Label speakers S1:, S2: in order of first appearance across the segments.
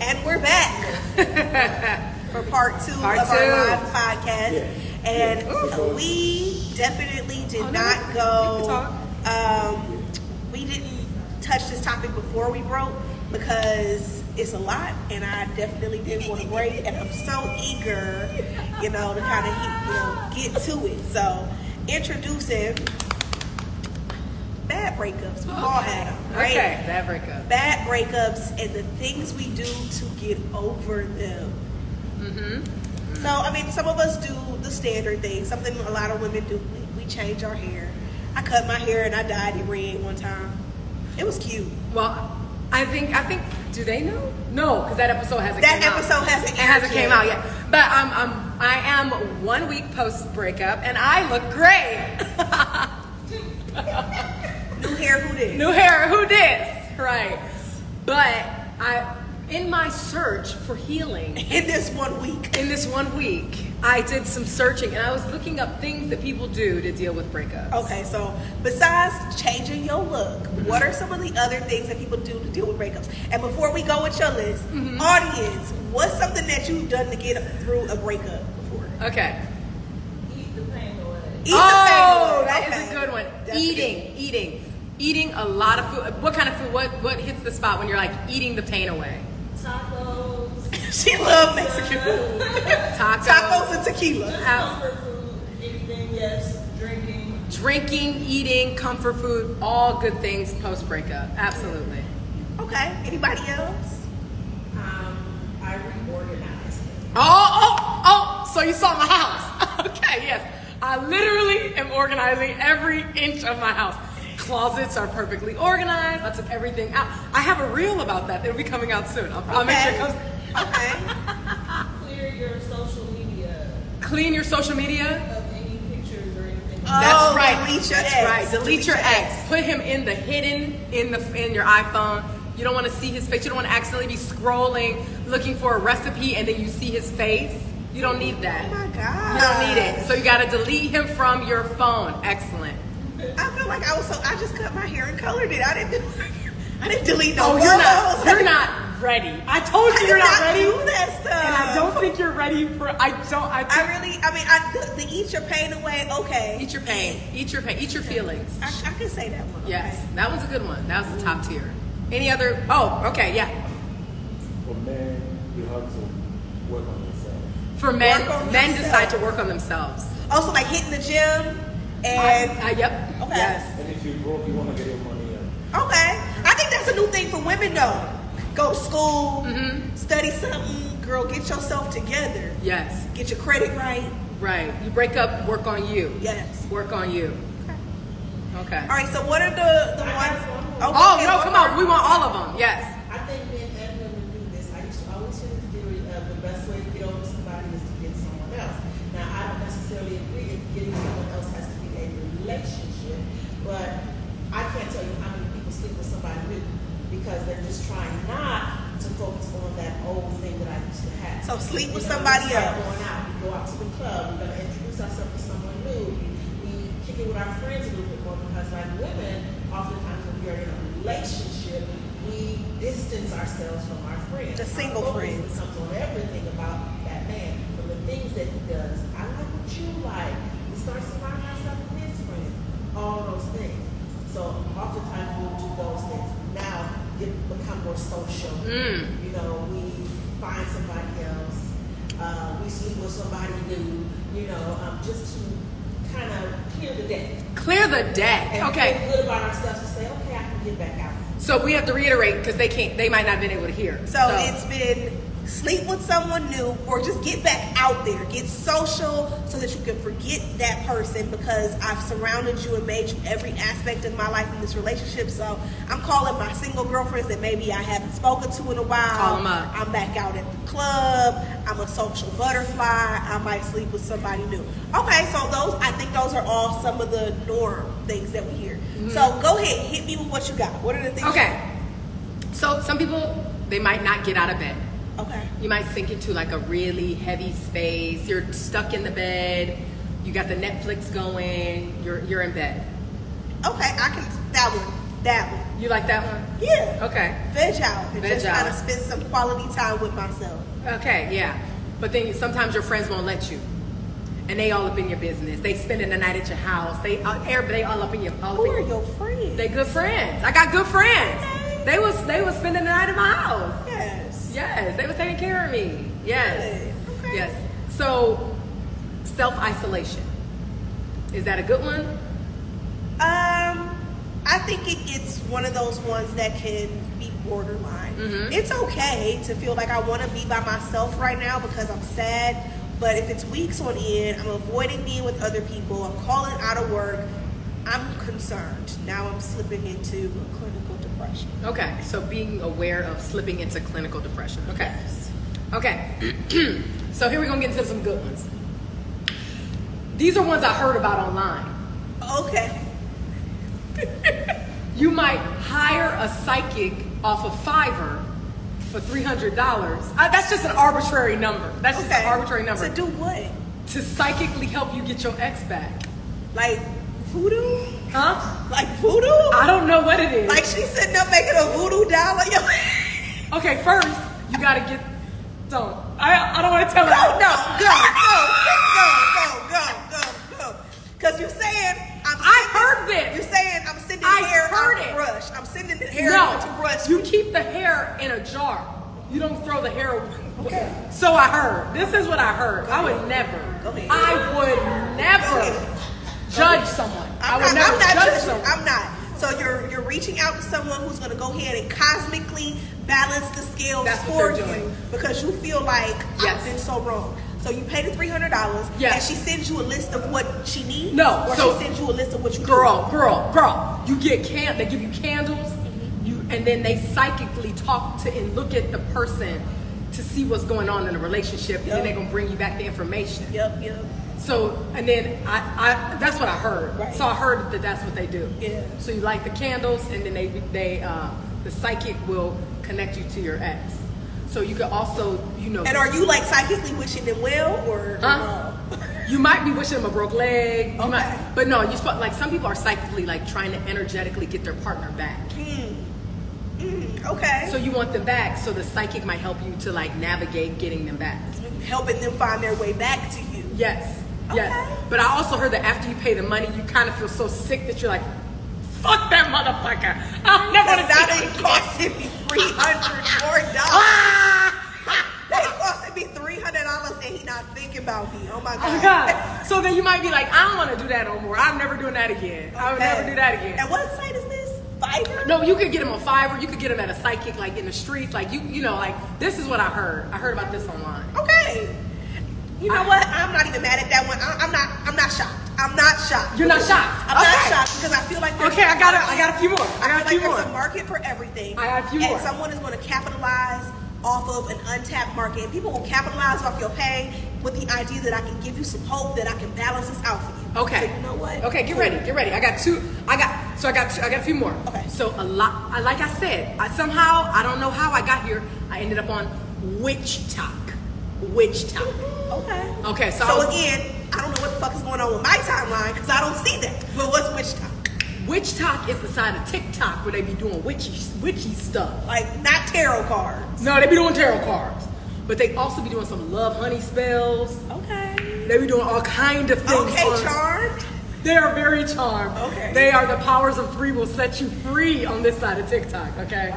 S1: And we're back for part two
S2: Part
S1: of our
S2: two.
S1: live podcast. And ooh, we definitely did
S2: Oh, no,
S1: not
S2: we- we
S1: go.
S2: can
S1: Um, we didn't touch this topic before we broke because it's a lot, and I definitely did want to break. And I'm so eager, you know, to kind of you know get to it. So introducing bad breakups. We've all had them, right?
S2: Okay, that breakup.
S1: bad breakups and the things we do to get over them. So, I mean, some of us do the standard thing, something a lot of women do. We, we change our hair. I cut my hair and I dyed it red one time. It was cute.
S2: Well, I think I think do they know? No, because that episode hasn't.
S1: That
S2: came out.
S1: episode hasn't
S2: It
S1: aired
S2: hasn't came
S1: yet.
S2: out yet. But um, um, I am one week post breakup, and I look great.
S1: New hair, who did?
S2: New hair, who dis? Right. But I, in my search for healing,
S1: In this one week.
S2: in this one week, I did some searching, and I was looking up things that people do to deal with breakups.
S1: Okay, so besides changing your look, what are some of the other things that people do to deal with breakups? And before we go with your list, audience, what's something that you've done to get through a breakup before?
S2: Okay.
S1: Eat
S2: oh,
S1: the
S2: that
S1: thing.
S2: is a good one.
S1: That's a good
S2: eating, eating, eating a lot of food. What kind of food? What what hits the spot when you're like eating the pain away?
S3: Tacos,
S1: She loved Mexican food.
S2: Tacos,
S1: Tacos and tequila.
S2: out-
S3: comfort food, anything, yes, drinking.
S2: drinking, eating, comfort food, all good things post breakup. Absolutely.
S1: Okay. Anybody else?
S4: Um, I reorganized.
S2: Oh, oh, oh! So you saw my house? okay, yes. I literally am organizing every inch of my house. Closets are perfectly organized. I took everything out. I have a reel about that. It'll be coming out soon. I'll, I'll make sure it comes.
S1: Okay.
S3: Clear your social media
S2: Clean your social media.
S3: of any pictures or anything.
S2: That's
S1: Oh,
S2: right.
S1: delete your
S2: That's
S1: ex.
S2: right. Delete, your
S1: Delete your
S2: ex. Put him in the hidden in the in your iPhone. You don't want to see his face. You don't want to accidentally be scrolling looking for a recipe and then you see his face. You don't need that.
S1: Oh my
S2: You
S1: God.
S2: don't need it. So you got to delete him from your phone. Excellent.
S1: I feel like I was so I just cut my hair and colored it. I didn't. I didn't delete no
S2: Oh, you're not
S1: photos.
S2: you're not ready. I told
S1: I
S2: you
S1: did
S2: you're
S1: not
S2: not ready.
S1: do that stuff.
S2: And I don't think you're ready for I don't I,
S1: I
S2: think,
S1: really. I mean, I the, the eat your pain away. Okay.
S2: eat your pain. Eat your pain. Eat your feelings.
S1: I, I can say that one.
S2: Yes. That was a good one. That was the top tier. Any other Oh, okay. Yeah.
S5: For men, you have to work on yourself.
S2: For men,
S1: Work on
S2: men
S1: yourself.
S2: decide to work on themselves.
S1: Okay. Also, like hitting the gym and.
S2: I, I- yep.
S1: Okay.
S2: Yes.
S5: And if you broke, you want to get your money and
S1: okay. I think that's a new thing for women though. Go to school,
S2: Mm-hmm.
S1: study something, girl. Get yourself together.
S2: Yes.
S1: Get your credit right.
S2: Right. You break up. Work on you.
S1: Yes.
S2: Work on you. Okay.
S1: All right. So what are the the
S4: I
S1: ones?
S4: have one more.
S2: Oh
S1: okay,
S2: no!
S1: one
S2: Come
S1: more.
S2: on. We want all of them. Yes.
S4: I think men and women do this. I used to always hear the theory of the best way to get over somebody is to get someone else. Now, I don't necessarily agree if getting someone else has to be a relationship, but I can't tell you how many people sleep with somebody new because they're just trying not to focus on that old thing that I used to have.
S1: So sleep with
S4: You know,
S1: somebody
S4: we start
S1: else.
S4: Going out, we go out to the club, we're gonna introduce ourselves to someone new. We kick it with our friends a little bit more because, like women, oftentimes when we are in a relationship, we distance ourselves from our friends.
S1: The single
S4: Our focus
S1: friends.
S4: becomes on everything about that man, from the things that he does. I like what you like. We start surrounding ourselves with his friends, all those things. So oftentimes we'll do those things. Now it become more social.
S2: Mm.
S4: You know, we find somebody else, uh, we sleep with somebody new, you know, um, just to kind of clear the deck.
S2: Clear the deck.
S4: And
S2: Okay.
S4: feel good about ourselves to say, okay, I can get back out.
S2: So we have to reiterate because they can't. They might not have been able to hear.
S1: So, it's been sleep with someone new or just get back out there. Get social so that you can forget that person because I've surrounded you and made you every aspect of my life in this relationship. So I'm calling my single girlfriends that maybe I haven't spoken to in a while.
S2: Call 'em up.
S1: I'm back out at the club. I'm a social butterfly. I might sleep with somebody new. Okay, so those I think those are all some of the norm things that we hear. So go ahead, hit me with what you got. What are the things
S2: Mm-hmm. okay. So some people they might not get out of bed.
S1: you Okay.
S2: You might sink into like a really heavy space. You're stuck in the bed. You got the Netflix going. You're you're in bed.
S1: Okay, I can that one. That one.
S2: You like that one?
S1: Yeah.
S2: Okay.
S1: Veg out and
S2: Veg
S1: just
S2: out.
S1: kind of spend some quality time with myself.
S2: Okay, yeah. But then sometimes your friends won't let you. And they all up in your business. They spending the night at your house. They all, everybody all up in your all
S1: Who
S2: up
S1: are
S2: in your,
S1: your friends?
S2: They good friends. I got good friends.
S1: Okay.
S2: They was they was spending the night at my house.
S1: yes.
S2: Yes, they was taking care of me. Yes.
S1: Good. Okay.
S2: Yes. So self isolation. Is that a good one?
S1: Um, I think it, it's one of those ones that can be borderline.
S2: Mhm.
S1: It's okay to feel like I want to be by myself right now because I'm sad. But if it's weeks on end, I'm avoiding being with other people. I'm calling out of work. I'm concerned. Now I'm slipping into a clinical depression.
S2: Okay. So being aware of slipping into clinical depression. Okay. Okay. so here we're gonna get into some good ones. These are ones I heard about online.
S1: Okay.
S2: You might hire a psychic off of Fiverr for three hundred dollars. Uh, that's just an arbitrary number. That's just
S1: okay.
S2: an arbitrary number
S1: To
S2: to,
S1: do what?
S2: psychically help you get your ex back,
S1: Like voodoo?
S2: huh?
S1: Like voodoo?
S2: I don't know what it is.
S1: like she's sitting up making a voodoo doll of your.
S2: okay, first you gotta get. Don't. I, I don't want to tell
S1: go,
S2: her.
S1: no, go, go, go, go, go, go, go. Because you're saying I'm.
S2: I
S1: sitting-
S2: heard this.
S1: You're saying I'm sending
S2: I
S1: hair
S2: heard
S1: out
S2: it.
S1: to brush. I'm sending the hair out to
S2: No,
S1: brush.
S2: you keep the hair in a jar. You don't throw the hair away.
S1: Okay.
S2: So I heard. This is what I heard. I would never.
S1: Go ahead.
S2: I would never
S1: Go ahead.
S2: judge someone.
S1: I'm
S2: would
S1: not,
S2: never
S1: I'm not
S2: judge
S1: judging.
S2: someone.
S1: I'm not. So you're you're reaching out to someone who's going to go ahead and cosmically balance the scales
S2: That's what
S1: for
S2: they're
S1: you
S2: doing.
S1: because you feel like
S2: Yes.
S1: I've been so wrong. So you pay the three hundred dollars,
S2: Yes.
S1: and she sends you a list of what she needs.
S2: No,
S1: or
S2: so-
S1: she sends you a list of what you
S2: girl, girl, girl. You get can they give you candles, you and then they psychically talk to and look at the person to see what's going on in the relationship, and
S1: Yep.
S2: then they're gonna bring you back the information.
S1: need. Yep, yep.
S2: So and then I, I that's what I heard.
S1: Right.
S2: So I heard that that's what they do.
S1: Yeah.
S2: So you light the candles and then they they uh, the psychic will connect you to your ex. So you could also you know
S1: And are you like psychically wishing them well or?
S2: Huh?
S1: no?
S2: You might be wishing them a broke leg. You might,
S1: Okay.
S2: but no, you spo- like some people are psychically like trying to energetically get their partner back.
S1: Mm, okay.
S2: So you want them back, so the psychic might help you to like navigate getting them back.
S1: helping them find their way back to you.
S2: Yes, yes.
S1: Okay.
S2: But I also heard that after you pay the money, you kind of feel so sick that you're like, "Fuck that motherfucker! I'm never
S1: Because now
S2: gonna see
S1: they
S2: him again."
S1: costed me three hundred more dollars.
S2: Ah!
S1: They costed me three hundred dollars and he not thinking about me. Oh my god.
S2: Oh God! So then you might be like, "I don't want to do that no more. I'm never doing that again. I would never
S1: Okay.
S2: do that again."
S1: And what site is this? Fiverr.
S2: No, you could get them on Fiverr. You could get them at a psychic, like in the streets. Like you, you know, like this is what I heard. I heard about this online.
S1: Okay. You know what? I'm not even mad at that one. I, I'm not. I'm not shocked. I'm not shocked.
S2: You're not shocked.
S1: I'm not
S2: Okay.
S1: shocked because I feel like there's
S2: Okay, I got a, I got a few more. I
S1: I
S2: got a
S1: feel
S2: few
S1: like there's a
S2: more.
S1: market for everything.
S2: I got a few
S1: and
S2: more.
S1: someone is going to capitalize off of an untapped market. And people will capitalize off your pain with the idea that I can give you some hope that I can balance this out for you.
S2: Okay.
S1: So you know what?
S2: Okay, get ready. Get ready. I got two. I got so I got two, I got a few more.
S1: Okay.
S2: So a lot. I, like I said, I somehow I don't know how I got here. I ended up on witch talk. Witch talk.
S1: Okay.
S2: Okay. So,
S1: So,
S2: I was-
S1: again, I don't know what the fuck is going on with my timeline because I don't see that. But what's witch talk?
S2: witch talk is the side of TikTok where they be doing witchy witchy stuff.
S1: Like not tarot cards.
S2: No, they be doing tarot cards, but they also be doing some love honey spells.
S1: Okay.
S2: They be doing all kind of things.
S1: Okay,
S2: on-
S1: charmed.
S2: They are very charmed.
S1: Okay.
S2: They are the powers of three will set you free on this side of TikTok. Okay.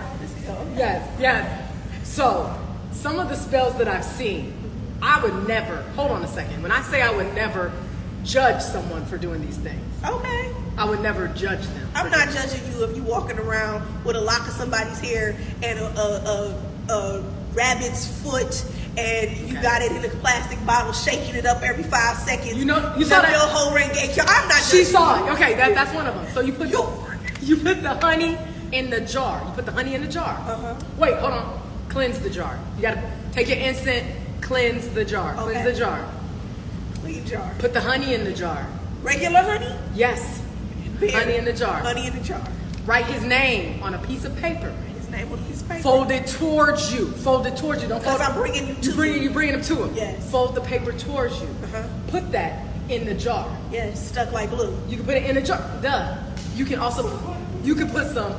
S2: Yes. Yes. So some of the spells that I've seen, I would never. Hold on a second. When I say I would never judge someone for doing these things,
S1: Okay.
S2: I would never judge them.
S1: I'm not judging you if you walking around with a lock of somebody's hair and a, a, a, a rabbit's foot and you
S2: Okay.
S1: got it in a plastic bottle, shaking it up every five seconds.
S2: You know- you
S1: the
S2: saw that-
S1: real whole renge. cure. I'm not
S2: She
S1: judging.
S2: saw it. Okay, that, that's one of them. So you put the,
S1: You-
S2: you put the honey in the jar. You put the honey in the jar.
S1: Uh-huh.
S2: Wait, hold on. Cleanse the jar. You gotta take your incense, cleanse the jar. Cleanse
S1: Okay.
S2: the jar.
S1: Clean jar.
S2: Put the honey in the jar.
S1: Regular honey.
S2: Yes. Honey in the jar.
S1: Honey in the jar.
S2: Write his name on a piece of paper.
S1: His name on his paper.
S2: Fold it towards you. Fold it towards you. Don't
S1: Because
S2: cut-
S1: I'm bringing you to
S2: you bring you
S1: you.
S2: bringing them to him.
S1: Yes.
S2: Fold the paper towards you.
S1: Uh-huh.
S2: Put that in the jar.
S1: Yes, stuck like glue.
S2: You can put it in a jar. Duh. You can also You could put some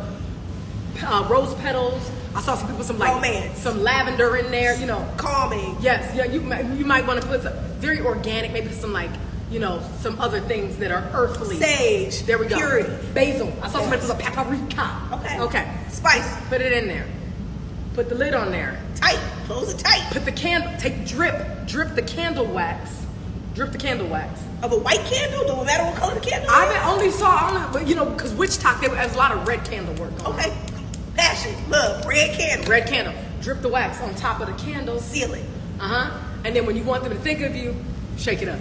S2: uh, rose petals. I saw some people some like
S1: Romance.
S2: some lavender in there. You know,
S1: Calming.
S2: Yes, yeah, you might, you might want to put some very organic, maybe some like, you know, some other things that are earthly.
S1: Sage.
S2: There we go.
S1: Purity.
S2: Basil. I saw somebody put a paprika.
S1: Okay.
S2: Okay.
S1: Spicy.
S2: Put it in there. Put the lid on there.
S1: Tight. Close it tight.
S2: Put the candle. Take drip. Drip the candle wax. Drip the candle wax.
S1: Of a white candle. Don't matter what color the candle.
S2: I
S1: is.
S2: have only saw I don't know, but you know, because witch talk there was a lot of red candle work. Going on.
S1: Okay. Passion. Love. Red candle.
S2: Red candle. Drip the wax on top of the candles.
S1: Seal it.
S2: Uh huh. And then when you want them to think of you, shake it up.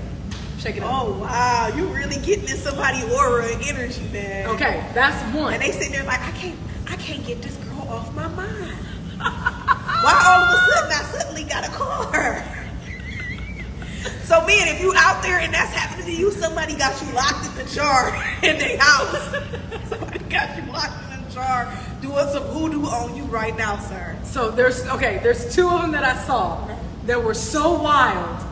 S2: Shake it up.
S1: Oh wow, you really getting in somebody aura and energy, man.
S2: Okay, that's one.
S1: And they sitting there like, I can't, I can't get this girl off my mind. Why all of a sudden I suddenly got a car? so man, if you out there and that's happening to you, somebody got you locked in the jar in their house. somebody got you locked in a jar doing some voodoo on you right now, sir.
S2: So there's okay, there's two of them that I saw that were so wild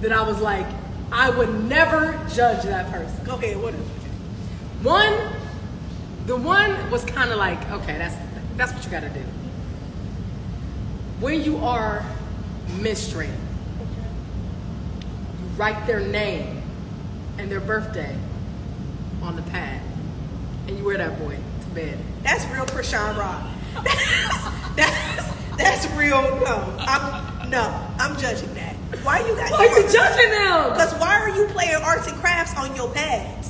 S2: that I was like, I would never judge that person.
S1: Go ahead, what is it?
S2: One, the one was kind of like, okay, that's that's what you got to do when you are menstruating. You write their name and their birthday on the pad, and you wear that boy to bed.
S1: That's real Krishan Rock. that's that's real. No, I'm no, I'm judging that. Why you got?
S2: Why are you judging them?
S1: Because why are you playing arts and crafts on your pads?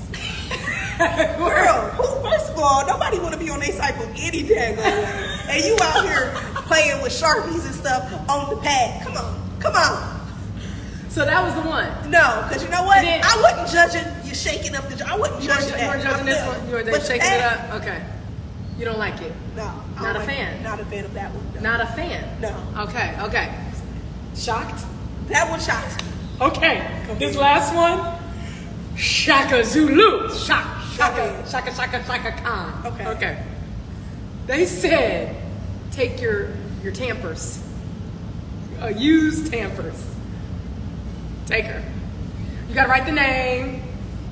S1: Girl, who, first of all, nobody want to be on their cycle any daggone way. And you out here playing with sharpies and stuff on the pad. Come on, come on.
S2: So that was the one.
S1: No, because you know what?
S2: And then-
S1: I wasn't judging you shaking up the. j- I wasn't
S2: You were,
S1: judging
S2: you
S1: that.
S2: were judging
S1: I'm
S2: this
S1: done.
S2: one. You were
S1: But eh. the
S2: shaking it
S1: pad-
S2: up. Okay. You don't like it.
S1: No, I
S2: Not a
S1: wasn't-
S2: fan.
S1: Not a fan of that one. no.
S2: Not a fan.
S1: No.
S2: Okay. Okay. Shocked.
S1: That one shocked me.
S2: Okay. This last one. Shaka Zulu. Shock. Shaka.
S1: Okay.
S2: Shaka. Shaka. Shaka Khan.
S1: Okay.
S2: Okay. They said, take your your tampers. Uh, used tampers. Take her. You gotta write the name.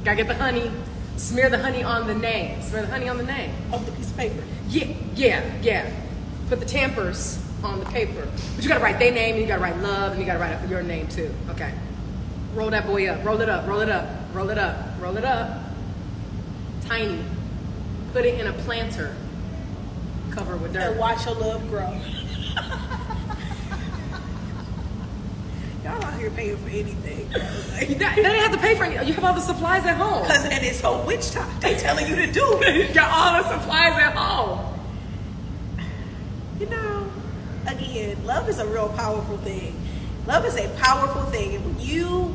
S2: Gotta get the honey. Smear the honey on the name. Smear the honey on the name.
S1: Off the piece of paper.
S2: Yeah, yeah, yeah. Put the tampers on the paper. But you gotta write their name, and you gotta write love, and you gotta write up your name too. Okay. Roll that boy up. Roll it up. Roll it up. Roll it up. Roll it up. Tiny. Put it in a planter. Cover with dirt.
S1: and watch your love grow. Y'all out here paying for anything.
S2: You-
S1: Because
S2: They they didn't have to pay for any. You have all the supplies at home.
S1: and it's so witch talk. They telling you to do it.
S2: You got all the supplies at home.
S1: You know, again, love is a real powerful thing. Love is a powerful thing. And when you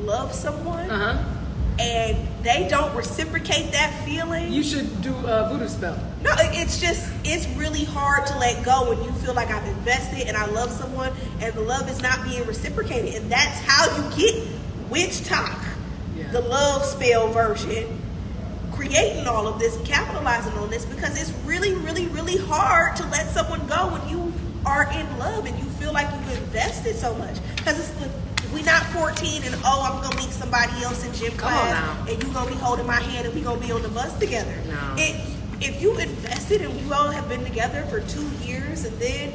S1: love someone
S2: Uh huh.
S1: and they don't reciprocate that feeling,
S2: You should do a voodoo spell.
S1: No, it- it's just it's really hard to let go when you feel like I've invested and I love someone and the love is not being reciprocated, and that's how you get witch talk,
S2: Yeah.
S1: the love spell version, creating all of this, capitalizing on this because it's really, really, really hard to let someone go when you are in love and you feel like you invested so much because it's. We're not 14 and oh, I'm gonna meet somebody else in gym
S2: Come on
S1: class,
S2: now.
S1: and you gonna be holding my hand and we gonna be on the bus together.
S2: No.
S1: It, if you invested and you all have been together for two years and then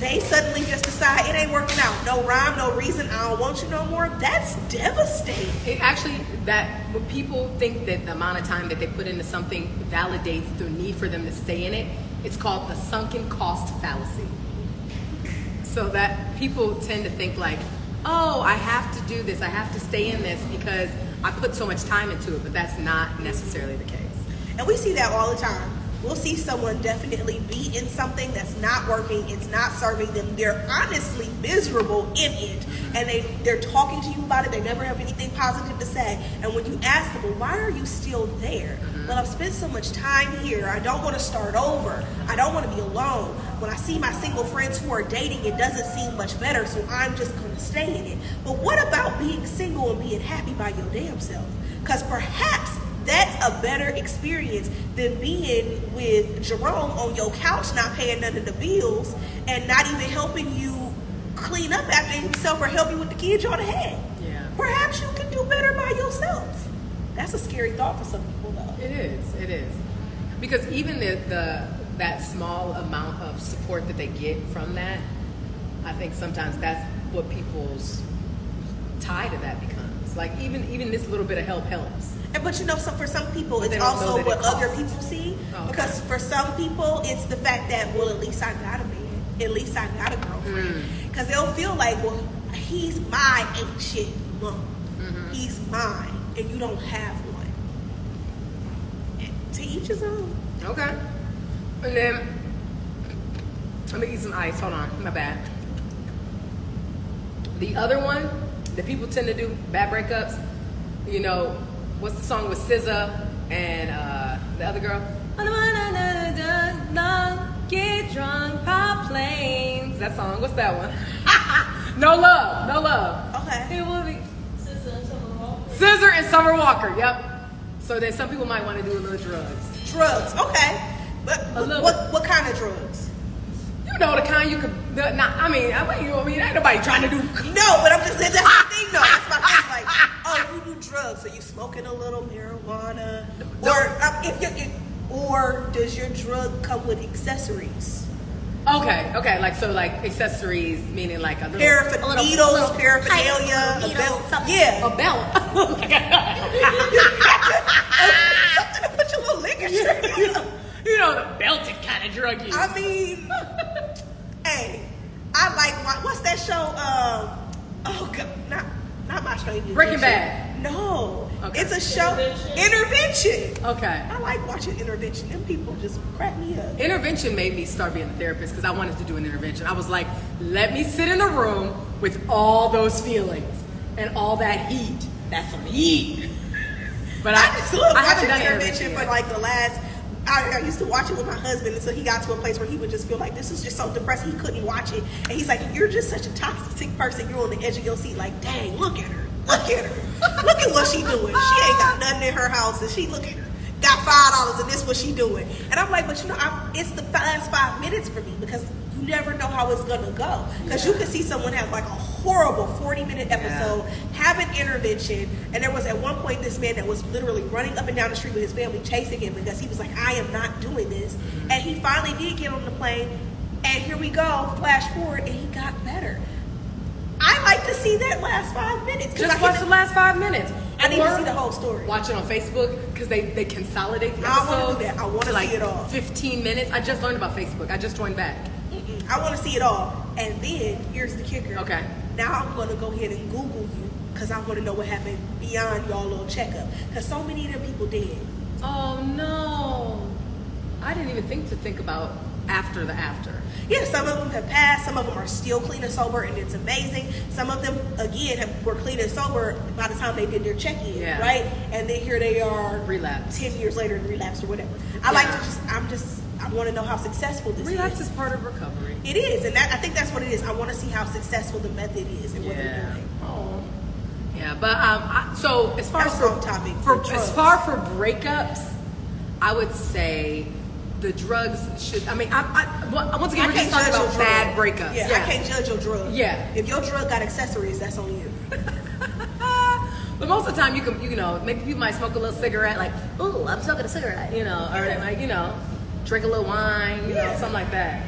S1: they suddenly just decide it ain't working out, no rhyme, no reason, I don't want you no more, that's devastating.
S2: It actually that when people think that the amount of time that they put into something validates the need for them to stay in it, it's called the sunken cost fallacy. So that people tend to think like, oh, I have to do this, I have to stay in this because I put so much time into it, but that's not necessarily the case.
S1: And we see that all the time. We'll see someone definitely be in something that's not working, it's not serving them. They're honestly miserable in it. And they, they're talking to you about it, they never have anything positive to say. And when you ask them, well, why are you still there? Well, I've spent so much time here, I don't want to start over, I don't want to be alone. When I see my single friends who are dating, it doesn't seem much better, so I'm just going to stay in it. But what about being single and being happy by your damn self? Because perhaps that's a better experience than being with Jerome on your couch, not paying none of the bills, and not even helping you clean up after himself or help you with the kids y'all had.
S2: Yeah.
S1: Perhaps you can do better by yourself. That's a scary thought for some people, though.
S2: It is, it is. because even the, the that small amount of support that they get from that, I think sometimes that's what people's tie to that becomes. Like even even this little bit of help helps.
S1: And but you know, some for some people,
S2: But
S1: it's
S2: they don't know
S1: also
S2: that
S1: what
S2: it
S1: other
S2: costs.
S1: people see.
S2: Oh, okay.
S1: Because for some people, it's the fact that well, at least I got a man, at least I got a girlfriend.
S2: Mm.
S1: Because they'll feel like, well, he's my ain't shit lump.
S2: Mm-hmm.
S1: He's mine, and you don't have one. And To each his own.
S2: Okay. And then I'm gonna eat some ice. Hold on, my bad. The other one that people tend to do bad breakups. You know, what's the song with SZA and uh, the other girl? I don't wanna da- da- da- Get drunk, pop planes. That song. What's that one? no love, no love.
S1: Okay.
S2: It will be
S3: Since I'm someone wrong.
S2: Scissor and Summer Walker. Yep. So then some people might want to do a little drugs.
S1: Drugs. Okay. But
S2: A little
S1: what what kind of drugs?
S2: You know the kind you could. The, not, I mean, I mean, you know, I mean, ain't nobody trying to do.
S1: No, but I'm just that's the thing though. That's my thing. Like, oh, you do drugs, so you smoking a little marijuana, or um, if you, if- or does your drug come with accessories?
S2: Okay, okay, like so, like accessories, meaning like a little
S1: Paraffin
S2: a little-
S1: needles,
S2: little
S1: paraphernalia,
S2: pipe,
S1: a belt,
S2: something.
S1: yeah.
S2: a belt.
S1: Something to put your little liquor drink. in.
S2: you know, the belted kind of drug use.
S1: I mean, hey, I like my, what's that show? Um, oh God, not not my train.
S2: Breaking
S1: Intervention.
S2: Bad.
S1: No,
S2: Okay.
S1: it's a show.
S3: Intervention.
S1: Intervention.
S2: okay,
S1: I like watching intervention. Them people just crack me up.
S2: intervention made me start being a therapist because I wanted to do an intervention. I was like, let me sit in a room with all those feelings and all that heat. That's some heat. But I,
S1: I just love
S2: I
S1: watching
S2: haven't done
S1: intervention
S2: yet.
S1: for like the last. I, I used to watch it with my husband until he got to a place where he would just feel like this is just so depressing he couldn't watch it, and he's like, "You're just such a toxic person. You're on the edge of your seat. Like, dang, look at her. Look at her. Look at what she doing. She ain't got nothing in her house, and she look at her. Got five dollars, and this what she doing. And I'm like, but you know, I'm, it's the last five minutes for me because you never know how it's gonna go. Because you can see someone have like a horrible 40 minute episode have an intervention. And there was at one point this man that was literally running up and down the street with his family chasing him because he was like, I am not doing this.
S2: Mm-hmm.
S1: And he finally did get on the plane. And here we go, flash forward, and he got better. I like to see that last five minutes. 'cause I
S2: Just
S1: can-
S2: watch the last five minutes.
S1: I need
S2: Or
S1: to see the whole story.
S2: Watch it on Facebook because they, they consolidate the
S1: I wanna do
S2: episodes
S1: that. I wanna
S2: like
S1: see it all.
S2: 15 minutes. I just learned about Facebook. I just joined back.
S1: Mm-mm. I want to see it all. And then here's the kicker.
S2: Okay.
S1: Now I'm gonna go ahead and Google you because I want to know what happened beyond y'all little checkup. Because so many of them people did.
S2: Oh no. I didn't even think to think about after the after.
S1: Yeah, some of them have passed. Some of them are still clean and sober, and it's amazing. Some of them, again, have, were clean and sober by the time they did their check-in,
S2: Yeah.
S1: right? And then here they are,
S2: Relapse.
S1: ten years later, and relapsed or whatever. I like to just, I'm just, I want to know how successful this
S2: Relapse
S1: is.
S2: is part of recovery.
S1: It is, and that I think that's what it is. I want to see how successful the method is and what they're doing.
S2: Oh. Yeah, but um, I, so as far
S1: That
S2: as
S1: was off topic.
S2: for,
S1: The drugs.
S2: as far for breakups, I would say the drugs should. I mean, I, I once again
S1: I
S2: we're just
S1: can't
S2: talking
S1: judge your
S2: about
S1: drug.
S2: bad breakups.
S1: Yeah, I can't judge your drug.
S2: Yeah.
S1: If your drug got accessories, that's on you.
S2: Ah, But most of the time, you can, you know, maybe you might smoke a little cigarette, like, ooh, I'm smoking a cigarette, you know, or like, you know, drink a little wine, you know,
S1: Yeah.
S2: something like that.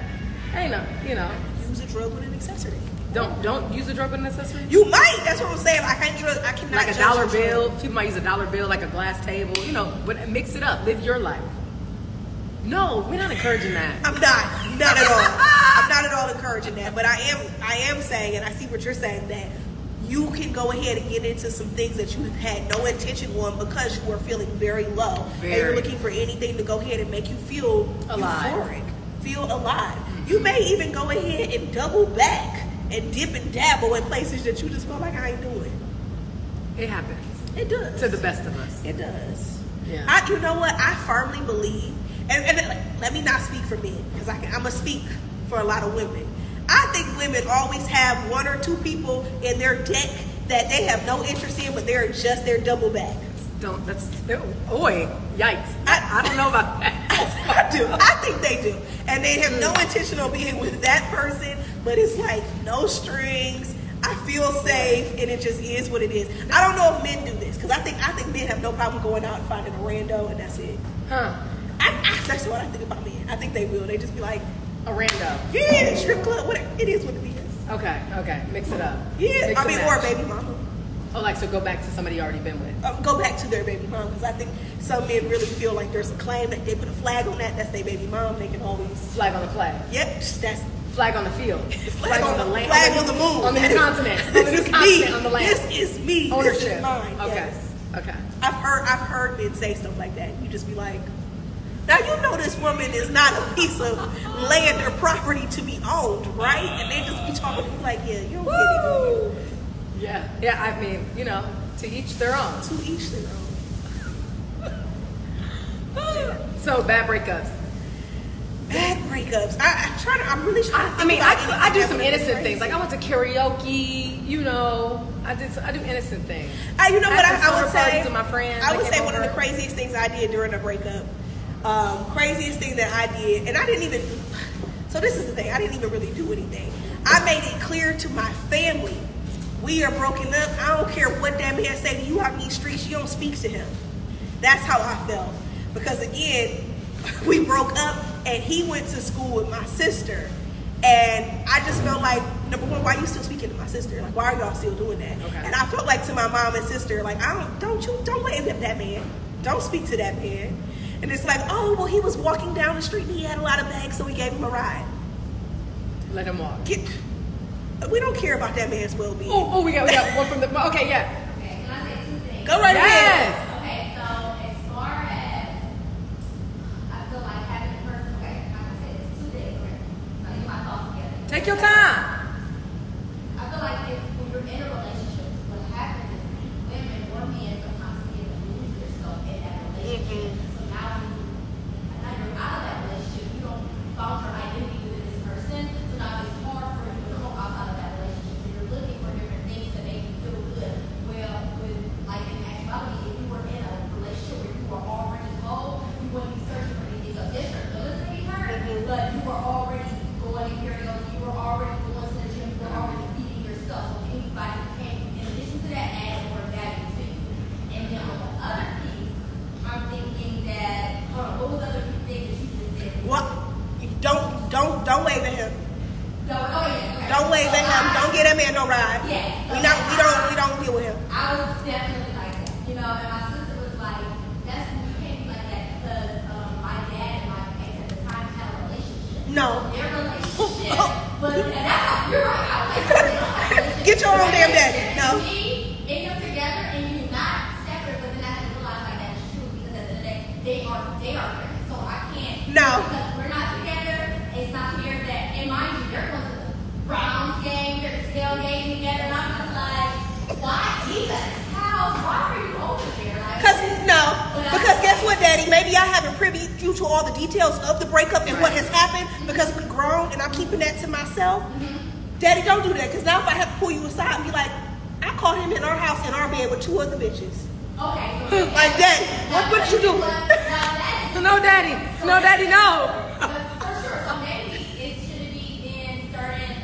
S2: Ain't no, you know,
S1: Use a drug with an accessory.
S2: don't don't use a drug with an accessory.
S1: You might. That's what I'm saying. I can't drug. I cannot.
S2: Like a
S1: judge
S2: dollar
S1: your drug.
S2: bill, people might use a dollar bill, like a glass table, you know, but mix it up, live your life. No, we're not encouraging that.
S1: I'm not, not at all. I'm not at all encouraging that, but I am, I am saying, and I see what you're saying that you can go ahead and get into some things that you have had no intention on because you were feeling very low, and
S2: Very.
S1: you're looking for anything to go ahead and make you feel
S2: Alive.
S1: euphoric, feel alive. You may even go ahead and double back and dip and dabble in places that you just feel like I ain't doing.
S2: It happens
S1: It does.
S2: to the best of us.
S1: It does.
S2: Yeah.
S1: I, you know what? I firmly believe, and, and let- let me not speak for men because I can. I'm gonna speak for a lot of women. I think women always have one or two people in their deck that they have no interest in, but they're just their double back.
S2: Don't, that's, oi, yikes. I,
S1: I-
S2: I don't know about that.
S1: I do. I think they do, and they have no intention on being with that person. But it's like no strings. I feel safe, and it just is what it is. I don't know if men do this because I think I think men have no problem going out and finding a rando, and that's it.
S2: Huh.
S1: I, I That's what I think about men. I think they will. They just be like,
S2: A rando.
S1: yeah, strip club, whatever. It is what it is.
S2: Okay, okay. Mix it up.
S1: Yeah,
S2: Mix
S1: I
S2: and
S1: mean, or a
S2: match.
S1: baby mama.
S2: Oh, like, so go back to somebody you already been with.
S1: Uh, go back to their baby mom because I think some men really feel like there's a claim that they put a flag on that. That's their baby mom. They can always.
S2: Flag on the play.
S1: Yep, that's
S2: Flag on the field.
S1: flag on the
S2: land.
S1: flag on the moon.
S2: On the
S1: That is-
S2: continent. On the
S1: This
S2: new
S1: is me.
S2: continent. On the land.
S1: This is me.
S2: Ownership.
S1: This is mine.
S2: okay.
S1: Yes.
S2: Okay.
S1: I've heard I've heard men say stuff like that. You just be like, now you know this woman is not a piece of land or property to be owned, right? And they just be talking to you like, yeah, you don't get it.
S2: Yeah. Yeah. I mean, you know, to each their own.
S1: To each their own.
S2: So bad breakups.
S1: Bad breakups. I, I'm trying to. I'm really trying. To
S2: I, I
S1: think
S2: mean, I,
S1: about
S2: I do
S1: anything
S2: some
S1: that would be
S2: innocent things.
S1: crazy.
S2: Like I went to karaoke. You know, I did. some- I do innocent things.
S1: I, you know what
S2: Had some
S1: I, I
S2: slumber
S1: would
S2: parties
S1: say.
S2: with my friends.
S1: I would
S2: They
S1: say
S2: came
S1: one of the
S2: over.
S1: craziest things I did during a breakup. Um, craziest thing that I did, and I didn't even. So this is the thing. I didn't even really do anything. I made it clear to my family, we are broken up. I don't care what that man say to you out in these streets. You don't speak to him. That's how I felt because again, we broke up, and he went to school with my sister. And I just felt like, number one, why are you still speaking to my sister? Like, why are y'all still doing that?
S2: Okay.
S1: And I I felt like to my mom and sister, like, I don't, don't you, don't wave at that man. Don't speak to that man. And it's like, oh, well, he was walking down the street and he had a lot of bags, so we gave him a ride.
S2: Let him walk.
S1: Get, we don't care about that man's well being.
S2: Oh, oh, we got, we got one from the. Okay, yeah.
S6: Okay, can I say two things?
S1: Go right ahead.
S2: Yes.
S6: Okay, so as far as I feel like having a person, okay, I can say this two days, right? Now get my thoughts together.
S2: Take your time.
S6: I feel like if when you're in a relationship, what happens is women or men sometimes get to lose yourself in that relationship. So now when you, now you're out of that relationship, you don't found your identity within this person. So now it's hard for you to come outside of that relationship. So you're looking for different things that make you feel good. Well, with like in actuality, if you were in a relationship where you were already whole, you wouldn't be searching for anything else different. So listen to me, hurt, but you were already going to karaoke, you were already going to the gym, you were already feeding yourself. So anybody can, in addition to that, add more value to you. And then on the other piece, I'm thinking that, hold on, what was the other thing that you just said?
S1: What? Don't, don't, don't wave at him.
S6: No, oh yeah, okay.
S1: Don't wave at him. Don't get that man no ride.
S6: Yeah.
S1: We not, we don't, we don't deal with him.
S6: I was definitely like that, you know. And my sister was like, "That's you can't be like that because um, my dad and my ex at the time had a relationship.
S1: No.
S6: Their relationship was and that's how you're right. I was like, they don't have a relationship.
S1: Get your own damn daddy.
S6: If
S1: No.
S6: Me and you together and you not separate, but then I had to realize like that's true because at the end of the day they are they are friends, so I can't.
S1: No.
S6: Because we're not together. It's not here that and mind you, they're going to the Browns game, they're tailgating together, and I'm just like, why Jesus? How? Why are you over here? Like,
S1: Cause no, because guess what, Daddy? Maybe I haven't privy you to all the details of the breakup and what has happened because we grown and I'm keeping that to myself. Daddy, don't do that. Cause now if I have to pull you aside and be like, I caught him in our house in our bed with two other bitches.
S6: okay. So
S1: Like, Daddy, what what you do?
S6: Now that is
S2: No, daddy. No, daddy. No.
S6: but for sure, so maybe it should be in certain,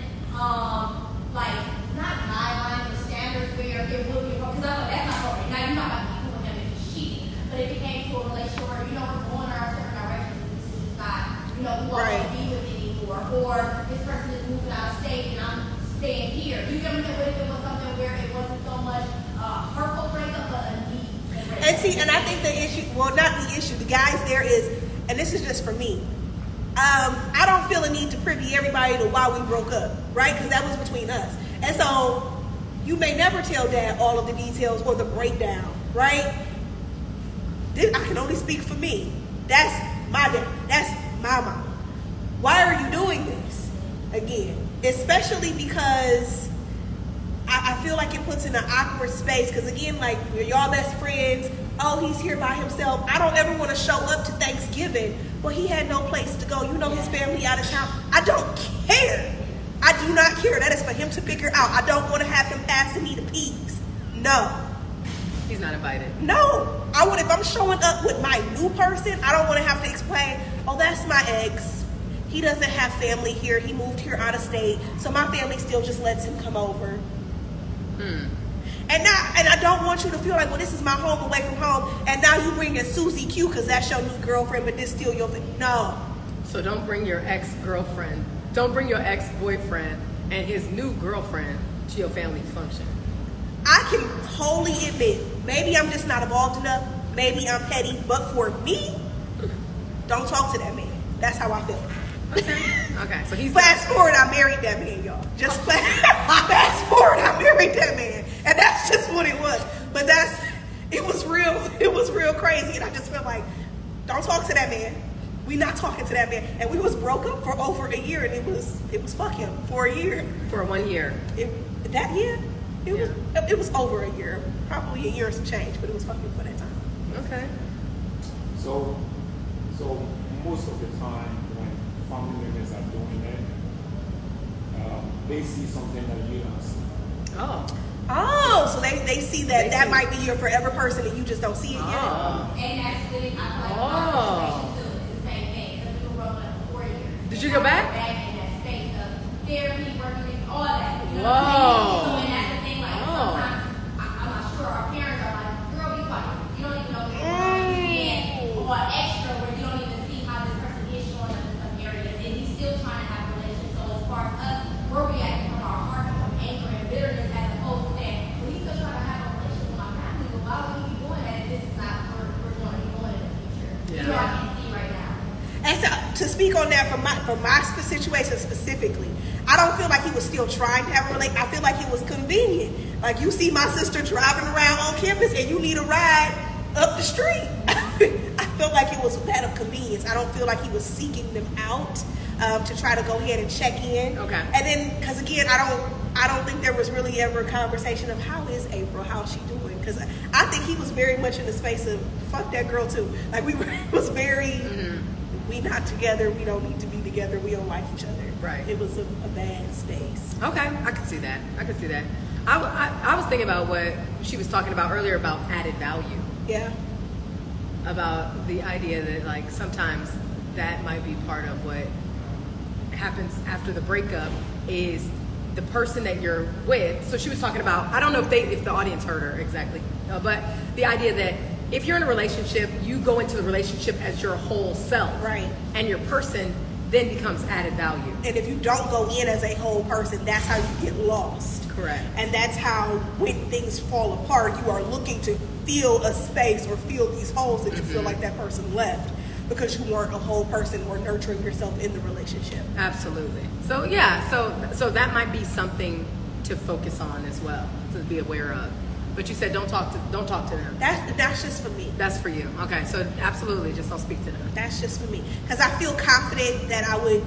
S6: um, like, not guidelines or standards where it would be, because I know that's not appropriate. Now, you're not about to be cool with him if he's cheating, but if it came to a relationship where, you know, we're going our certain directions, this is just not, you know, who I want to be with anymore, or this person is moving out of state and I'm staying here. You get what I'm saying? What if it was something where it wasn't so much, uh, hurtful breakup, but a need to break
S1: And
S6: up?
S1: see, and I think the issue, well, not the issue, the guys there is, and this is just for me. Um, I don't feel a need to privy everybody to why we broke up, right? Because that was between us. And so you may never tell dad all of the details or the breakdown, right? Then I can only speak for me. That's my dad. That's my mama. Why are you doing this again? Especially because I, I feel like it puts in an awkward space because again, like we're y'all best friends. Oh, he's here by himself. I don't ever want to show up to Thanksgiving. Well, he had no place to go. You know his family out of town. I don't care. I do not care. That is for him to figure out. I don't want to have him passing me the peas. No.
S2: He's not invited.
S1: No, I would. If I'm showing up with my new person, I don't want to have to explain. Oh, that's my ex. He doesn't have family here. He moved here out of state, so my family still just lets him come over. And now, and I don't want you to feel like, well, this is my home away from home, and now you bringing Susie Q because that's your new girlfriend, but this still your thing. No,
S2: So don't bring your ex girlfriend, don't bring your ex boyfriend and his new girlfriend to your family function.
S1: I can wholly admit, maybe I'm just not evolved enough, maybe I'm petty, but for me, don't talk to that man. That's how I feel.
S2: Okay, so he's
S1: Fast forward, I married that man, y'all. Just fast, fast forward, I married that man, and that's just what it was. But that's it was real. It was real crazy, and I just felt like, don't talk to that man. We not talking to that man, and we was broke up for over a year, and it was it was fuck him for a year.
S2: for one year.
S1: It, that year, it was it was over a year, probably a year or some change, but it was fucking for that time.
S2: Okay.
S5: So, so most of the time when family members are doing it, um, they see something that you don't see.
S2: Oh.
S1: Oh, so they, they see Uh-huh. that
S2: They
S1: that
S2: see.
S1: might be your forever person, and you just don't see it yet.
S2: Oh.
S6: And actually, I feel like
S2: Oh.
S6: my situation too is the same thing because we were rolling up for four years.
S2: Did you go back?
S6: Back in that space of therapy, working, and all that. You know
S2: Whoa.
S6: What I'm saying? and that's the thing. Like
S2: Oh.
S6: sometimes I, I'm not sure our parents are like, "Girl, be quiet. You don't even know if you're being or extra, where you don't even see how this person is showing up in some areas, and he's still trying to have a relationship. So as far as us, we're reacting from our heart, and from anger and bitterness, as opposed to saying, "Well, he's still trying to have a relationship with my family. But why would he be doing that? This is not where we're going to be going in the future. You know, I
S2: Yeah.
S6: can see right now."
S1: And so, to speak on that for my for my sp- situation specifically, I don't feel like he was still trying to have a relate. I feel like it was convenient. Like you see my sister driving around on campus, and you need a ride up the street. I felt like it was a matter of convenience. I don't feel like he was seeking them out um, to try to go ahead and check in.
S2: Okay.
S1: And then, because again, I don't. I don't think there was really ever a conversation of how is April, how's she doing? Because I think he was very much in the space of fuck that girl too. Like we were, was very we not together, we don't need to be together, we don't like each other.
S2: Right.
S1: It was a, a bad space.
S2: Okay, I can see that. I can see that. I, w- I- I was thinking about what she was talking about earlier about added value,
S1: Yeah.
S2: about the idea that like sometimes that might be part of what happens after the breakup is the person that you're with. So she was talking about I don't know if they if the audience heard her exactly, uh, but the idea that if you're in a relationship, you go into the relationship as your whole self,
S1: Right.
S2: And your person then becomes added value.
S1: And if you don't go in as a whole person, that's how you get lost.
S2: Correct.
S1: And that's how when things fall apart, you are looking to fill a space or fill these holes that you feel like that person left because you weren't a whole person or nurturing yourself in the relationship.
S2: Absolutely. So yeah, so so that might be something to focus on as well, to be aware of. But you said don't talk to don't talk to them.
S1: That's that's just for me.
S2: That's for you. Okay, so absolutely just don't speak to them.
S1: That's just for me. Because I feel confident that I would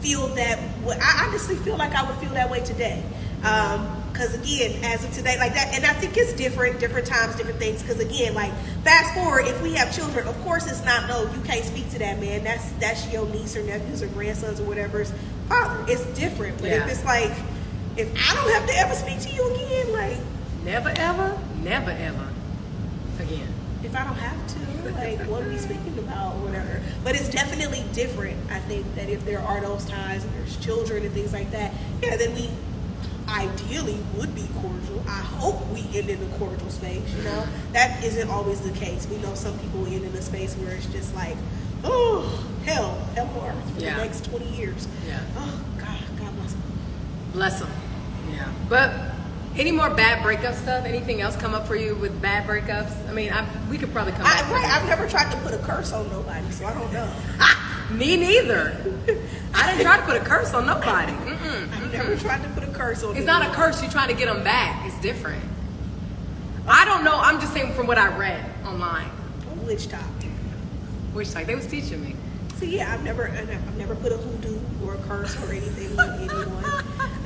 S1: feel that. wa- I honestly feel like I would feel that way today. Because again, as of today, like that, and I think it's different, different times, different things. Because again, like fast forward, if we have children, of course it's not. No, you can't speak to that man. That's that's your niece or nephews or grandsons or whatever's father. It's different. But
S2: Yeah.
S1: if it's like, if I don't have to ever speak to you again, like
S2: Never ever, never ever again.
S1: if I don't have to, like what are we speaking about or whatever. But it's definitely different, I think, that if there are those ties and there's children and things like that, yeah, then we ideally would be cordial. I hope we end in a cordial space, you know?
S2: Mm-hmm.
S1: That isn't always the case. We know some people end in a space where it's just like, oh, hell, hell or earth for
S2: Yeah.
S1: the next 20 years.
S2: Yeah.
S1: Oh, God, God bless them.
S2: Bless them. Yeah. But any more bad breakup stuff? Anything else come up for you with bad breakups? I mean, I, we could probably come.
S1: I,
S2: back to
S1: right,
S2: that.
S1: I've never tried to put a curse on nobody, so I don't know.
S2: Me neither. I didn't try to put a curse on nobody. Mm-mm.
S1: I've never tried to put a curse on
S2: It's
S1: nobody.
S2: not a curse. You try to get them back. It's different. I don't know. I'm just saying from what I read online,
S1: Witch talk.
S2: which like they was teaching me.
S1: So yeah, I've never I've never put a hoodoo or a curse or anything on anyone.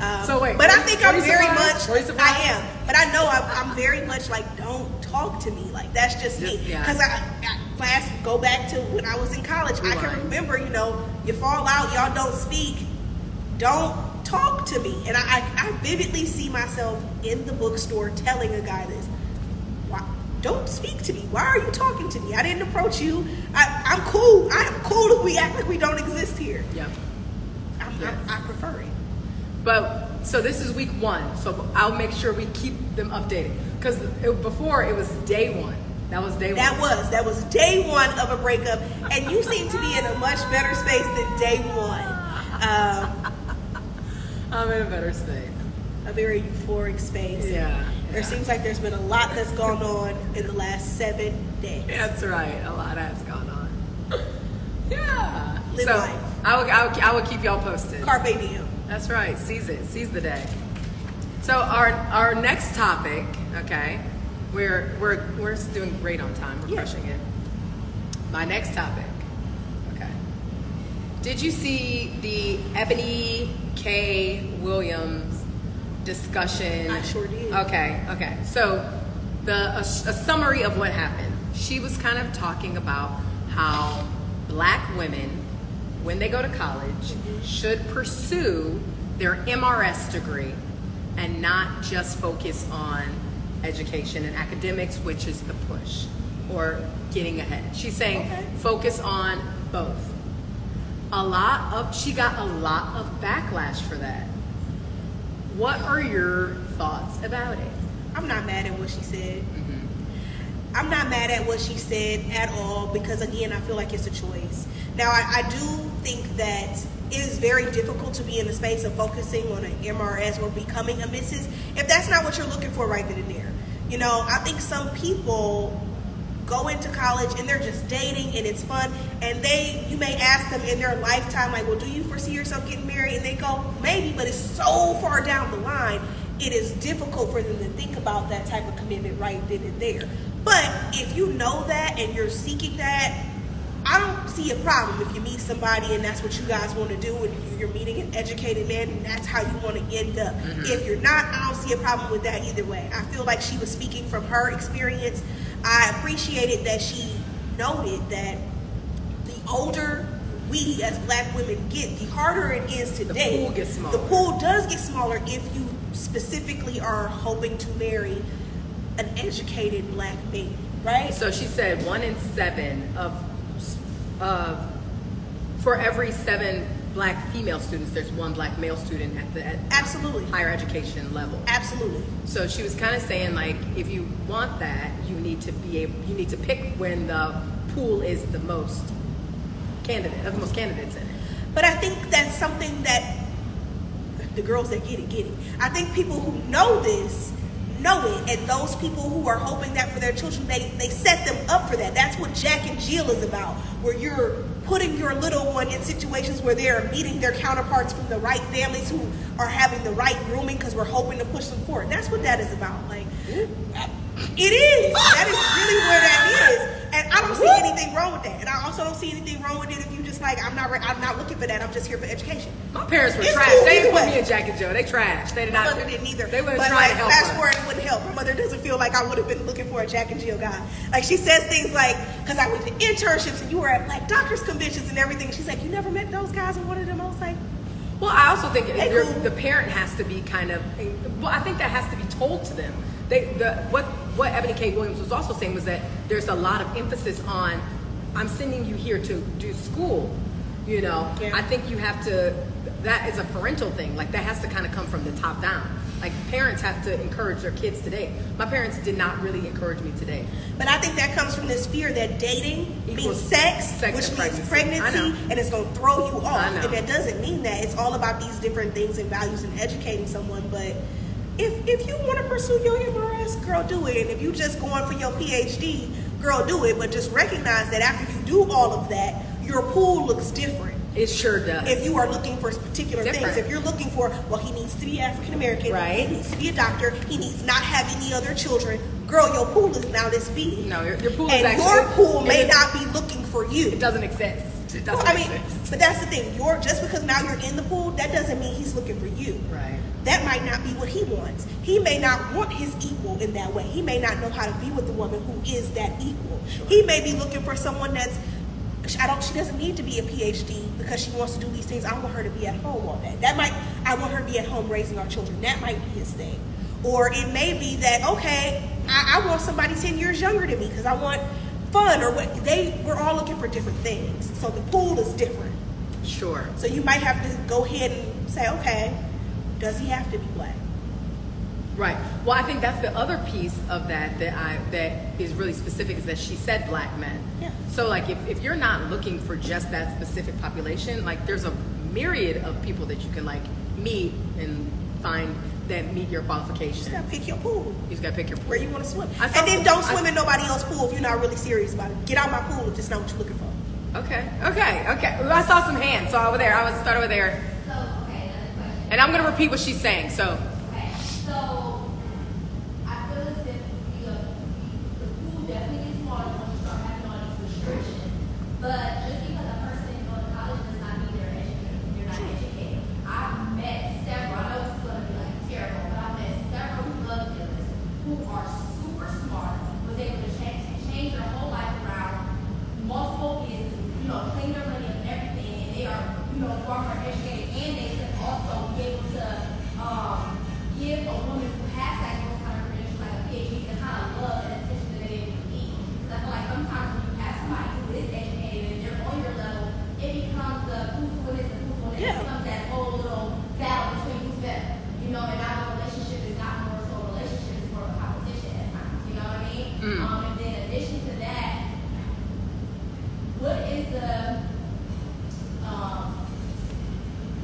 S1: Um,
S2: So wait,
S1: but I
S2: were you-
S1: think
S2: were
S1: I'm
S2: you
S1: very
S2: surprised? Were you
S1: much
S2: surprised?
S1: I am, but I know I'm, I'm very much like don't talk to me like that's just me
S2: Just- yeah.
S1: because I, I fast go back to when I was in college. I
S2: Rewind.
S1: can remember you know you fall out, y'all don't speak, don't talk to me, and I I, I vividly see myself in the bookstore telling a guy this why, don't speak to me. Why are you talking to me? I didn't approach you. I, I'm cool. I am cool if we act like we don't exist here.
S2: Yeah.
S1: I'm,
S2: Yes.
S1: I, I prefer it.
S2: But so this is week one. So I'll make sure we keep them updated because before it was day one. That was day
S1: That
S2: one.
S1: was that was day one of a breakup, and you seem to be in a much better space than day one. Um,
S2: I'm in a better space.
S1: a very euphoric space.
S2: Yeah,
S1: There
S2: yeah.
S1: seems like there's been a lot that's gone on in the last seven days.
S2: That's right. A lot has gone on. Yeah.
S1: Live
S2: so
S1: life.
S2: I will, I will. I will keep y'all posted.
S1: Carpe diem.
S2: That's right. Seize it. Seize the day. So our our next topic, okay, we're we're we're doing great on time. We're
S1: Yeah.
S2: crushing it. My next topic, okay. Did you see the Ebony K. Williams discussion?
S1: I sure did.
S2: Okay, okay. So the a, a summary of what happened. She was kind of talking about how black women, when they go to college, should pursue their MRS degree and not just focus on education and academics, which is the push or getting ahead. She's saying
S1: Okay.
S2: focus on both a lot of she got a lot of backlash for that. What are your thoughts about it?
S1: I'm not mad at what she said. I'm not mad at what she said at all because, again, I feel like it's a choice. Now, I, I do think that it is very difficult to be in the space of focusing on an MRS or becoming a Mrs. if that's not what you're looking for right then and there. You know, I think some people go into college and they're just dating and it's fun and they you may ask them in their lifetime like well do you foresee yourself getting married and they go maybe but it's so far down the line it is difficult for them to think about that type of commitment right then and there but if you know that and you're seeking that I don't see a problem if you meet somebody and that's what you guys want to do and you're meeting an educated man and that's how you want to end up.
S2: Mm-hmm.
S1: If you're not, I don't see a problem with that either way. I feel like she was speaking from her experience. I appreciated that she noted that the older we as black women get, the harder it is to
S2: The
S1: date.
S2: pool gets smaller.
S1: The pool does get smaller if you specifically are hoping to marry an educated black man, right?
S2: So she said one in seven of of for every seven black female students, there's one black male student at the at
S1: Absolutely.
S2: higher education level.
S1: Absolutely.
S2: So she was kind of saying like, if you want that, you need to be able, you need to pick when the pool is the most candidate, of the most candidates in it.
S1: But I think that's something that the girls that get it get it. I think people who know this know it, and those people who are hoping that for their children, they they set them up for that. That's what Jack and Jill is about, where you're putting your little one in situations where they're meeting their counterparts from the right families who are having the right grooming because we're hoping to push them forward. That's what that is about. Like it is. That is really where that is. And I don't see anything wrong with that. And I also don't see anything wrong with it if you just like I'm not re- I'm not looking for that. I'm just here for education.
S2: My parents were
S1: It's
S2: trash.
S1: cool
S2: they didn't
S1: either
S2: put
S1: way.
S2: me in Jack and Joe. They trash. They did
S1: My
S2: not.
S1: mother didn't either.
S2: They wouldn't
S1: but
S2: try
S1: like,
S2: to help
S1: fast
S2: us.
S1: forward it wouldn't help. My mother doesn't feel like I would have been looking for a Jack and Jill guy. Like she says things like, "Cause I went to internships and you were at like doctors conventions and everything." She's like, "You never met those guys in one of them." I was like,
S2: Well, I also think
S1: They
S2: your-
S1: cool.
S2: the parent has to be kind of. Well, I think that has to be told to them. They the what what Ebony K. Williams was also saying was that there's a lot of emphasis on. I'm sending you here to do school. You know,
S1: Yeah.
S2: I think you have to. That is a parental thing. Like that has to kind of come from the top down. Like parents have to encourage their kids today. My parents did not really encourage me today.
S1: But I think that comes from this fear that dating means
S2: Equals
S1: sex,
S2: sex
S1: which
S2: and
S1: means
S2: pregnancy. I
S1: pregnancy,
S2: know.
S1: and it's gonna throw you off.
S2: know.
S1: And that doesn't mean that. It's all about these different things and values and educating someone. But if if you want to pursue your MRS, girl, do it. And if you just going for your PhD, girl, do it. But just recognize that after you do all of that, your pool looks different
S2: It sure does.
S1: if you are looking for particular
S2: Different.
S1: things, if you're looking for, well, he needs to be African American,
S2: Right.
S1: he needs to be a doctor, he needs not have any other children, girl, your pool is now this big.
S2: No, your- your pool is
S1: and your
S2: actually-
S1: pool may
S2: it is-
S1: not be looking for
S2: it
S1: you.
S2: doesn't exist. It doesn't
S1: Well, I mean,
S2: exist.
S1: but that's the thing. You're just because now you're in the pool, that doesn't mean he's looking for you.
S2: Right.
S1: That might not be what he wants. He may not want his equal in that way. He may not know how to be with the woman who is that equal. He may be looking for someone that's I don't she doesn't need to be a PhD because she wants to do these things. I want her to be at home on that. That might I want her to be at home raising our children. That might be his thing. Or it may be that, okay, I, I want somebody ten years younger than me because I want fun or what they we're all looking for different things. So the pool is different.
S2: Sure.
S1: So you might have to go ahead and say, okay, Does he have to be black?
S2: Right. Well, I think that's the other piece of that that I that is really specific is that she said black men.
S1: Yeah.
S2: So like if, if you're not looking for just that specific population, like there's a myriad of people that you can like meet and find that meet your qualifications.
S1: You gotta pick your pool
S2: You just gotta pick your
S1: where you want to swim,
S2: I
S1: and
S2: saw
S1: then
S2: some-
S1: don't
S2: I-
S1: swim in nobody else's pool if you're not really serious about it. Get out my pool if that's not what you're looking for.
S2: Okay. Okay. Okay. Well, I saw some hands, so over there. I was start over there.
S6: So, okay, another question.
S2: And I'm gonna repeat what she's saying. So
S6: Okay, so I feel as if the, the pool definitely gets smaller when you start having all these restrictions. But just because a person didn't go to college does not mean they're educated. They're not educated. I've met several, I know it's gonna be like terrible, but I've met several drug dealers who are super smart, was able to change, change their whole life around, multiple businesses, you know, clean their money and everything, and they are, you know, far more educated, and they can also be able to um, give a woman who has that those kind of credentials, like a PhD, the kind of love and attention that they need. Because I feel like sometimes when you have somebody who is educated and they're on your level, it becomes the who's who it is and who's who it is.
S1: Yeah.
S6: It becomes that whole little battle between who's better. You know, and now a relationship is not more so a relationship, it's more of a competition at times. You know what I mean?
S2: Mm.
S6: Um, and then in addition to that, what is the um,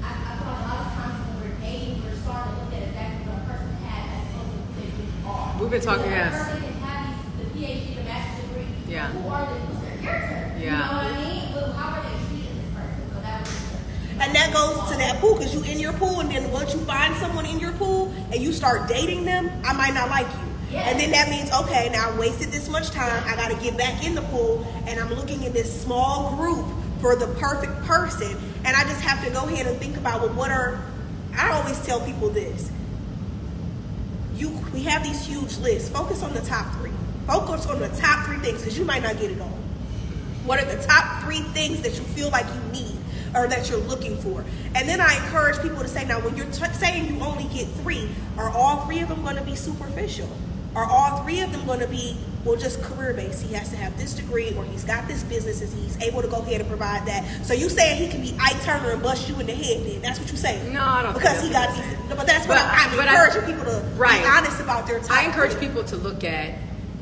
S6: I, I feel like a lot of times when we're dating, we're starting to look at exactly what a person has as opposed to who they really are.
S2: We've been talking,
S6: Because
S2: yes.
S6: A person can have these, the PhD, the master's degree.
S2: Yeah.
S6: Who are they? Who's their character?
S2: Yeah.
S6: You know what I mean? But how are they treating this person? So that was.
S1: And that goes to that pool because you in your pool, and then once you find someone in your pool and you start dating them, I might not like you.
S6: Yeah.
S1: And then that means okay, now I wasted this much time. I got to get back in the pool, and I'm looking in this small group for the perfect person. And I just have to go ahead and think about well, what are? I always tell people this: you we have these huge lists. Focus on the top three. Focus on the top three things because you might not get it all. What are the top three things that you feel like you need or that you're looking for? And then I encourage people to say, now, when you're t- saying you only get three, are all three of them going to be superficial? Are all three of them going to be, well, just career based? He has to have this degree, or he's got this business, and he's able to go ahead and provide that. So you saying he can be Ike Turner and bust you in the head? Then that's what you saying?
S2: No, I don't think
S1: Because he
S2: that's what
S1: got
S2: I'm
S1: these.
S2: saying.
S1: No, but that's what
S2: But-
S1: I'm
S2: but I-
S1: encouraging people to
S2: Right.
S1: be honest about their time.
S2: I encourage people to look at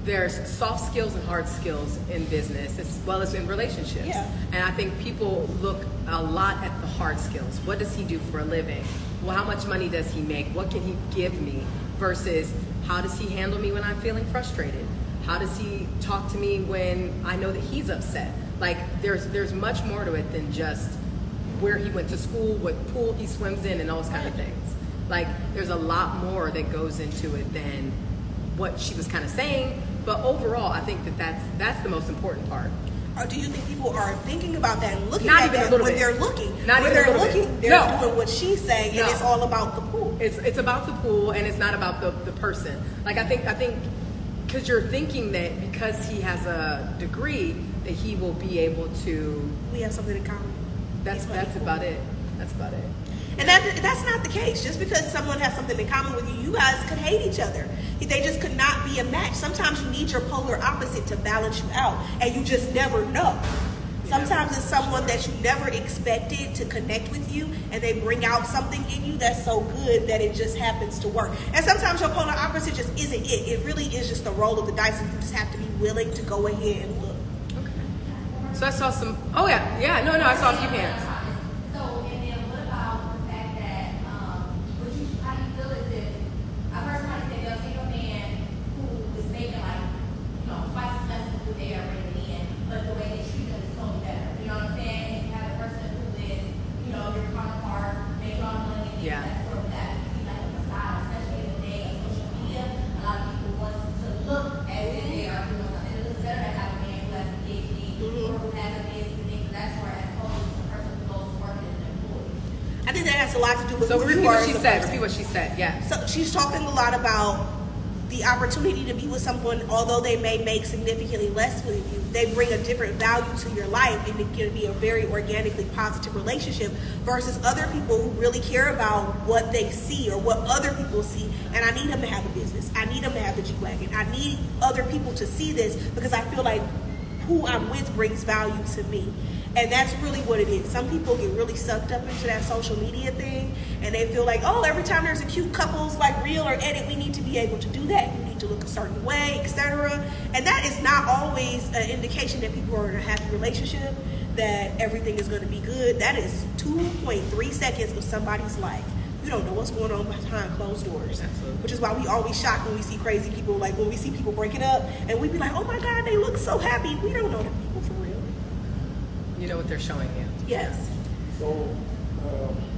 S2: their soft skills and hard skills in business as well as in relationships.
S1: Yeah.
S2: And I think people look a lot at the hard skills. What does he do for a living? Well, how much money does he make? What can he give me? Versus how does he handle me when I'm feeling frustrated? How does he talk to me when I know that he's upset? Like there's there's much more to it than just where he went to school, what pool he swims in, and those kind of things. Like there's a lot more that goes into it than what she was kind of saying. But overall, I think that that's that's the most important part.
S1: Or do you think people are thinking about that and looking
S2: Not
S1: at
S2: even a
S1: that
S2: little
S1: when
S2: bit.
S1: they're looking?
S2: Not
S1: when
S2: even a
S1: they're
S2: little bit.
S1: looking, they're
S2: No.
S1: doing what she's saying,
S2: No.
S1: and it's all about the pool.
S2: It's it's about the pool and it's not about the, the person. Like I think I think because you're thinking that because he has a degree that he will be able to.
S1: We have something in common.
S2: That's
S1: It's what
S2: that's
S1: equal.
S2: about it. That's about it.
S1: And that that's not the case. Just because someone has something in common with you, you guys could hate each other. They just could not be a match. Sometimes you need your polar opposite to balance you out, and you just never know. Sometimes it's someone that you never expected to connect with you, and they bring out something in you that's so good that it just happens to work. And sometimes your polar opposite just isn't it. It really is just the roll of the dice, and you just have to be willing to go ahead and look.
S2: So I saw some. Oh yeah, yeah. No, no. I saw a few hands.
S6: So, and then what about the fact that, um, would you, how do you feel as if, I've heard somebody say they'll take a man who is making like, you know, twice as much as what they are bringing in, but the way they treat them is so much better. You know what I'm saying? You have a person who is, you know, your counterpart, making all the money, and
S2: Yeah.
S6: that's sort of that, you know, facade, especially in the day of social media. A lot of people want to look as if they are doing something that looks better to have a man who has a PhD or who has a business and things of that sort, as opposed to the person who goes to work as an employee.
S1: I think that has a lot to do with
S2: So
S1: who
S2: repeat
S1: you are
S2: what
S1: as
S2: she
S1: a
S2: said.
S1: person.
S2: Repeat what she said. Yeah.
S1: So she's talking a lot about the opportunity to be with someone, although they may make significantly less with you, they bring a different value to your life, and it can be a very organically positive relationship versus other people who really care about what they see or what other people see. And I need them to have a business. I need them to have the G wagon. I need other people to see this because I feel like who I'm with brings value to me. And that's really what it is. Some people get really sucked up into that social media thing and they feel like, oh, every time there's a cute couple's like reel or edit, we need to be able to do that. You need to look a certain way, etc. And that is not always an indication that people are in a happy relationship, that everything is going to be good. That is 2.3 seconds of somebody's life. You don't know what's going on behind closed doors. Which is why we always shocked when we see crazy people, like when we see people breaking up and we be like, oh my God, they look so happy. We don't know them people for real.
S2: You know what they're showing you.
S1: Yes.
S5: So, um,